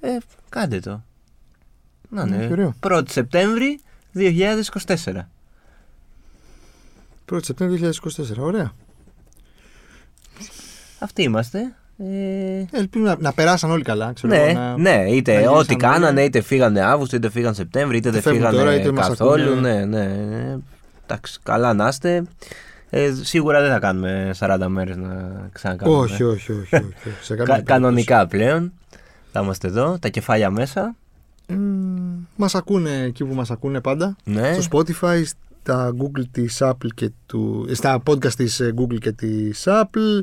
S2: Ε, κάντε το. Να
S1: Ναι,
S2: ναι.
S1: ωραίο.
S2: 1η Σεπτέμβρη 2024.
S1: 1η Σεπτέμβρη 2024, ωραία.
S2: Αυτοί είμαστε. Ε,
S1: Ε, Ελπίζω να, να περάσαν όλοι καλά. Ξέρω,
S2: Ναι,
S1: εγώ, να...
S2: ναι, είτε
S1: να
S2: ό,τι
S1: γυρίσαν
S2: κάνανε,
S1: όλοι.
S2: είτε φύγανε Αύγουστο, είτε φύγανε Σεπτέμβρη, είτε δεν
S1: φεύγουν
S2: φύγανε
S1: τώρα, είτε μας
S2: καθόλου.
S1: ακούνε.
S2: Ναι, ναι, ναι. Εντάξει, καλά να είστε. Ε, σίγουρα δεν θα κάνουμε 40 μέρες να ξανακάνουμε.
S1: Όχι, όχι, όχι. όχι, όχι. σε
S2: Κα-
S1: καμία περίπτωση.
S2: κανονικά πλέον. Θα είμαστε εδώ, τα κεφάλια μέσα.
S1: Μμμ, μας ακούνε εκεί που μας ακούνε πάντα.
S2: Ναι.
S1: Στο Spotify, στα Google της Apple και του... Στα podcast της ε, Google και της Apple.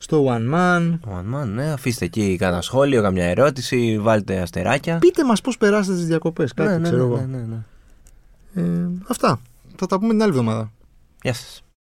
S1: Στο One Man.
S2: One man, ναι, αφήστε εκεί κανένα σχόλιο, καμιά ερώτηση, βάλτε αστεράκια.
S1: Πείτε μας πώς περάσατε τις διακοπές. Κάτι,
S2: ναι, ναι,
S1: ξέρω
S2: ναι,
S1: εγώ.
S2: ναι, ναι, ναι.
S1: Ε, αυτά. Θα τα πούμε την άλλη εβδομάδα.
S2: Γεια σας.